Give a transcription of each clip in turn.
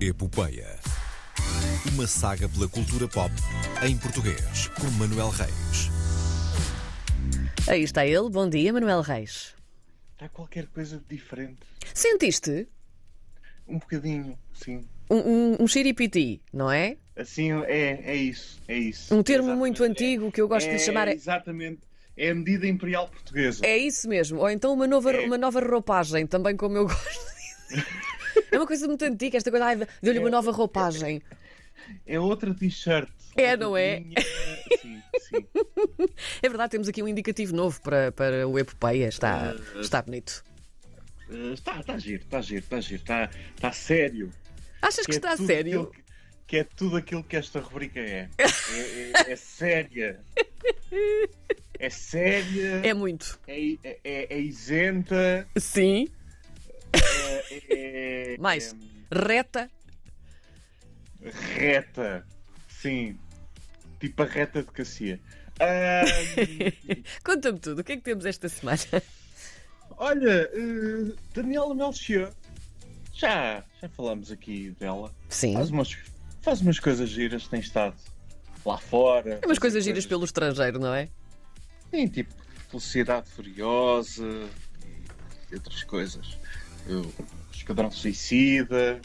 Epopeia. Uma saga pela cultura pop em português, com Manuel Reis. Aí está ele. Bom dia, Manuel Reis. Há qualquer coisa de diferente. Sentiste Um bocadinho, sim. um, um, um xiripiti, não é? Assim é, é isso, é isso. Um termo Exatamente. muito antigo que eu gosto de É, lhe chamar. É, Exatamente. É a medida imperial portuguesa. é isso mesmo. Ou então uma nova, É. uma nova roupagem, também como eu gosto. de dizer. É uma coisa muito antiga, esta coisa. Ai, deu-lhe uma nova roupagem. É outra t-shirt. É, Outra não é? linha, Sim, sim. É verdade, temos aqui um indicativo novo para, para o Epopeia. Está, está bonito. Eh, Está, está giro, está giro, está giro. Está, está sério. Achas que é está a tudo aquilo sério? que- Que é tudo aquilo que esta rubrica é. É, é- é séria. É séria, É muito. é, é- é- é isenta, Sim. é, é- Mais. é- Reta. Reta. Sim. Tipo a reta de Cacia. Ahm, Conta-me tudo. O que é que temos esta semana? olha, eh, Daniela Melchior. Já, já falamos aqui dela. Sim. Faz umas, faz umas coisas giras, tem estado lá fora. Umas coisas giras pelo estrangeiro, não é? Sim, tipo Velocidade Furiosa e outras coisas. O Esquadrão Suicida.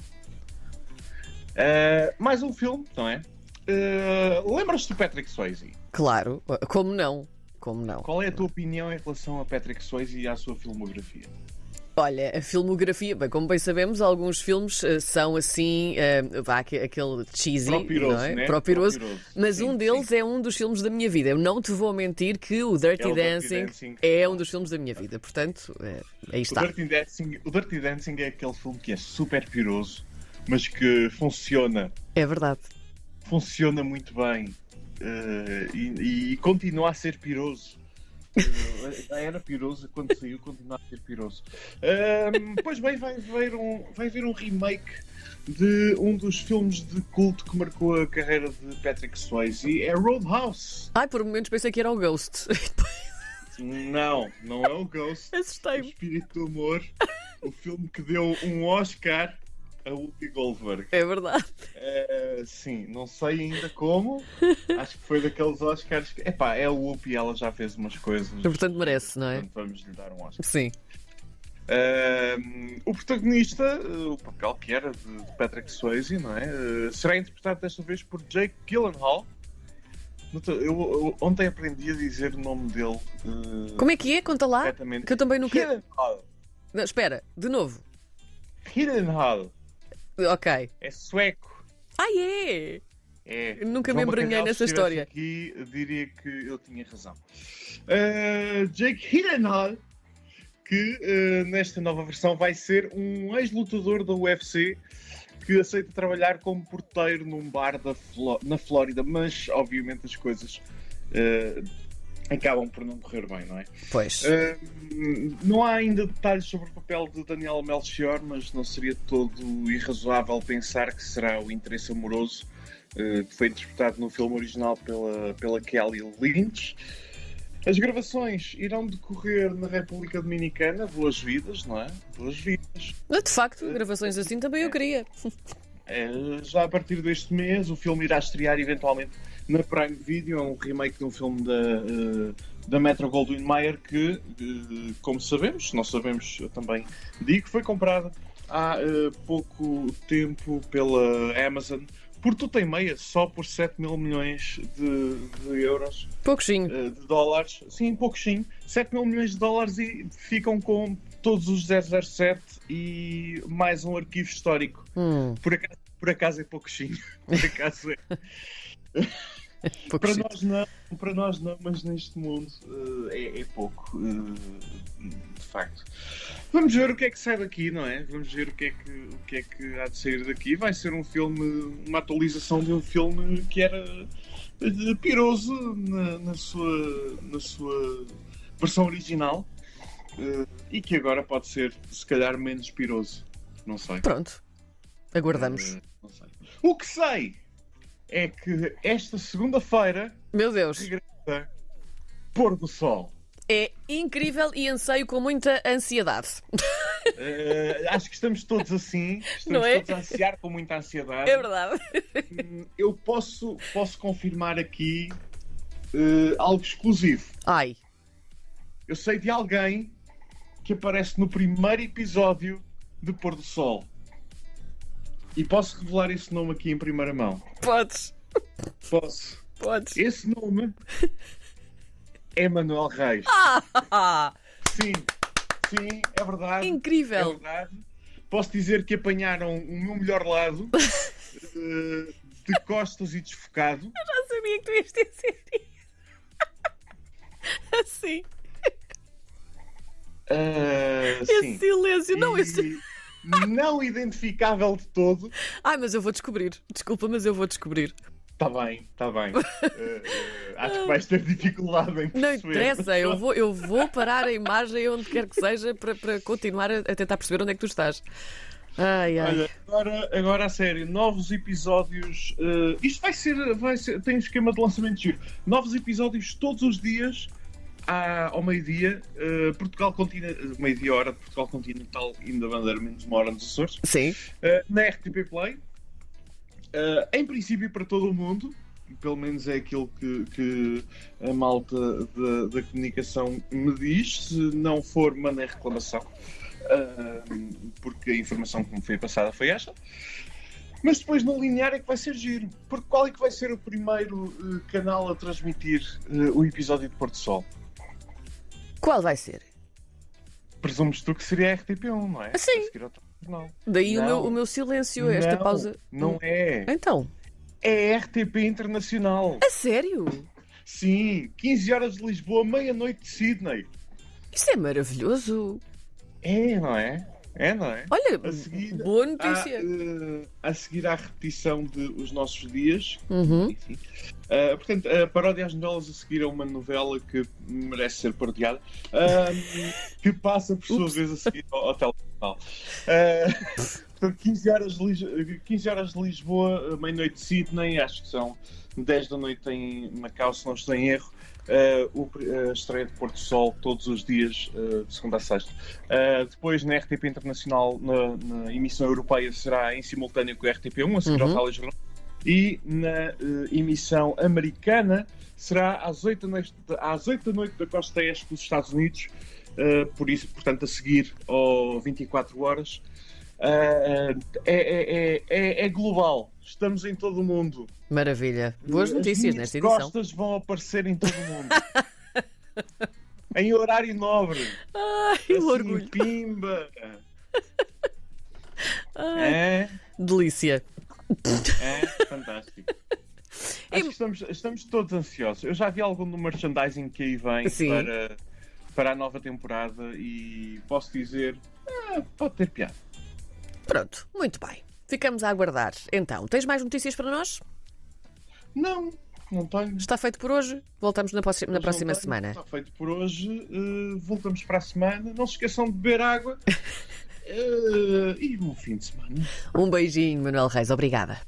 Ah, mais um filme, não é? Ah, Lembras-te do Patrick Swayze? Claro. Como não? Como não? Qual é a tua opinião em relação a Patrick Swayze e à sua filmografia? Olha, a filmografia, bem, como bem sabemos, alguns filmes eh, são assim, eh, vá, aque- aquele cheesy, Propiroso, não é? né? Propiroso. Propiroso. Mas Sim, um sim. deles é um dos filmes da minha vida. Eu não te vou mentir que o Dirty, É o Dirty Dancing, Dancing. é um dos filmes da minha vida. Portanto, eh, aí está. O, Dirty Dancing, o Dirty Dancing é aquele filme que é super piroso, mas que funciona. É verdade. Funciona muito bem. eh, e, e continua a ser piroso. Eh, Já era piroso quando saiu, continua a ser piroso. Ahm, pois bem, vai haver, um, vai haver um remake de um dos filmes de culto que marcou a carreira de Patrick Swayze. É Roadhouse. Ai, por momentos pensei que era o Ghost. Não, não é o Ghost. O Assustei-me. Espírito do Amor, o filme que deu um Oscar a Whoopi Goldberg. É verdade. Eh, sim, não sei ainda como. Acho que foi daqueles Oscars que. Epá, é a Whoopi, ela já fez umas coisas. Portanto, merece, não é? Portanto, vamos lhe dar um Oscar. Sim. Ahm, o protagonista, eh, o papel que era de de Patrick Swayze, não é? Eh, será interpretado desta vez por Jake Gyllenhaal. Nota- Eu, eu ontem aprendi a dizer o nome dele. eh, Como é que é? Conta lá. corretamente. Que eu também nunca. Gyllenhaal. Não, espera, de novo. Gyllenhaal. Ok. É sueco. Ai, é! É. Nunca João me embranhei Bacalhau, nessa se estivesse história. Aqui, diria que eu tinha razão. Ah, Jake Hillenhall, que ah, nesta nova versão vai ser um ex-lutador da UFC que aceita trabalhar como porteiro num bar da Fló- na Flórida, mas obviamente as coisas ah, acabam por não correr bem, não é? Pois. Hum, não há ainda detalhes sobre o papel de Daniel Melchior, mas não seria de todo irrazoável pensar que será o interesse amoroso eh, que foi interpretado no filme original pela, pela Kelly Lynch. As gravações irão decorrer na República Dominicana, boas vidas, não é? Boas vidas. Mas, De facto, gravações assim também eu queria. Eh, já a partir deste mês, o filme irá estrear eventualmente na Prime Video, é um remake de um filme da, eh, da Metro Goldwyn Mayer que, eh, como sabemos, não sabemos, eu também digo, foi comprado há eh, pouco tempo pela Amazon por tudo em meia, só por 7 mil milhões de, de euros, Poucozinho. eh, de dólares, sim, pouquinho, 7 mil milhões de dólares e ficam com todos os 007 e mais um arquivo histórico. Hum, Por acaso, por acaso é pouco chinho. Por acaso é. para, poucozinho. nós não, para nós não, mas neste mundo eh, é, é pouco. eh, de facto. Vamos ver o que é que sai daqui, não é? Vamos ver o que é que, o que, é que há de sair daqui. Vai ser um filme, uma atualização de um filme que era eh, piroso na, na sua, na sua versão original. eh, e que agora pode ser, se calhar, menos piroso. Não sei. Pronto. Aguardamos. Eh, não sei. O que sei é que esta segunda-feira Meu Deus. regressa Pôr do Sol. É incrível e anseio com muita ansiedade. Eh, acho que estamos todos assim, estamos Não é? todos a ansiar com muita ansiedade. É verdade. Hum, Eu posso, posso confirmar aqui eh, algo exclusivo. Ai, Eu sei de alguém que aparece no primeiro episódio de Pôr do Sol. E posso revelar esse nome aqui em primeira mão. podes, Posso. podes. Esse nome é Manuel Reis. Ah, Sim, sim, é verdade. É incrível. verdade. Posso dizer que apanharam o meu melhor lado, eh, de costas e desfocado. Não sabia que tu ias dizer isso. Assim, Ah, esse sim. silêncio. Não, esse... E não identificável de todo. Ai, mas eu vou descobrir. Desculpa, mas eu vou descobrir. Está Tá bem, está bem. Eh, acho que vais ter dificuldade em Não perceber. interessa, eu vou, eu vou parar a imagem onde quer que seja para, para continuar a, a tentar perceber onde é que tu estás. Ai, ai. Olha, agora, agora a sério, novos episódios. eh, isto vai ser, vai ser- Tem um esquema de lançamento de giro. Novos episódios todos os dias à- ao meio-dia. eh, Portugal Continental. Meio-dia hora de Portugal Continental, ainda bandeira menos uma hora nos Açores. Sim, eh, na RTP Play. Eh, em princípio, para todo o mundo. Pelo menos é aquilo que, que a malta da, da comunicação me diz. Se não for, mandem reclamação. Ahm, porque a informação que me foi passada foi esta. Mas depois no linear é que vai ser giro. Porque qual é que vai ser o primeiro eh, canal a transmitir eh, o episódio de Porto Sol? qual vai ser? Presumes tu que seria a RTP1, não é? Ah, sim. A seguir ao telejornal. Daí o Não. meu, o meu silêncio, esta não, pausa. Não é. Então, É a RTP Internacional. a sério? Sim, 15 horas de Lisboa, meia-noite de Sydney. Isso é maravilhoso. É, não é? É, não é? Olha, A seguir, boa Há, notícia. eh, a seguir à repetição de Os Nossos Dias. Uhum. Enfim. Eh, portanto, a paródia às novelas a seguir é uma novela que merece ser parodiada, ahm, que passa por sua vez a seguir ao, ao telejornal. Eh, portanto, 15 horas, de Lis- 15 horas de Lisboa, meia-noite de Sydney, acho que são 10 da noite em Macau, se não estou em erro. eh, o pr- a estreia de Porto Sol todos os dias, eh, de segunda a sexta. Eh, depois na RTP Internacional, na, na emissão europeia, será em simultâneo com a RTP1, a seguir ao Uhum. telejornal. E na eh, emissão americana será às 8, da noite, às 8 da noite da costa este dos Estados Unidos, eh, por isso, portanto, a seguir ao 24 horas. Eh, é, é- é- é- é global, estamos em todo o mundo. Maravilha. Boas As notícias minhas nesta edição. costas vão aparecer em todo o mundo. em horário nobre. Ai, o Assim, orgulho. Pimba. Ai, É, delícia. é fantástico. Acho que estamos, estamos todos ansiosos. Eu já vi algum do merchandising que aí vem Sim. para, para a nova temporada e posso dizer, ah, pode ter piada. Pronto, muito bem. Ficamos a aguardar. Então, tens mais notícias para nós? Não, não tenho. Está feito por hoje. Voltamos na, possi- na Mas próxima não tenho. semana. Está feito por hoje. Uh, voltamos para a semana. Não se esqueçam de beber água. Uh, e um fim de semana. Um beijinho, Manuel Reis. Obrigada.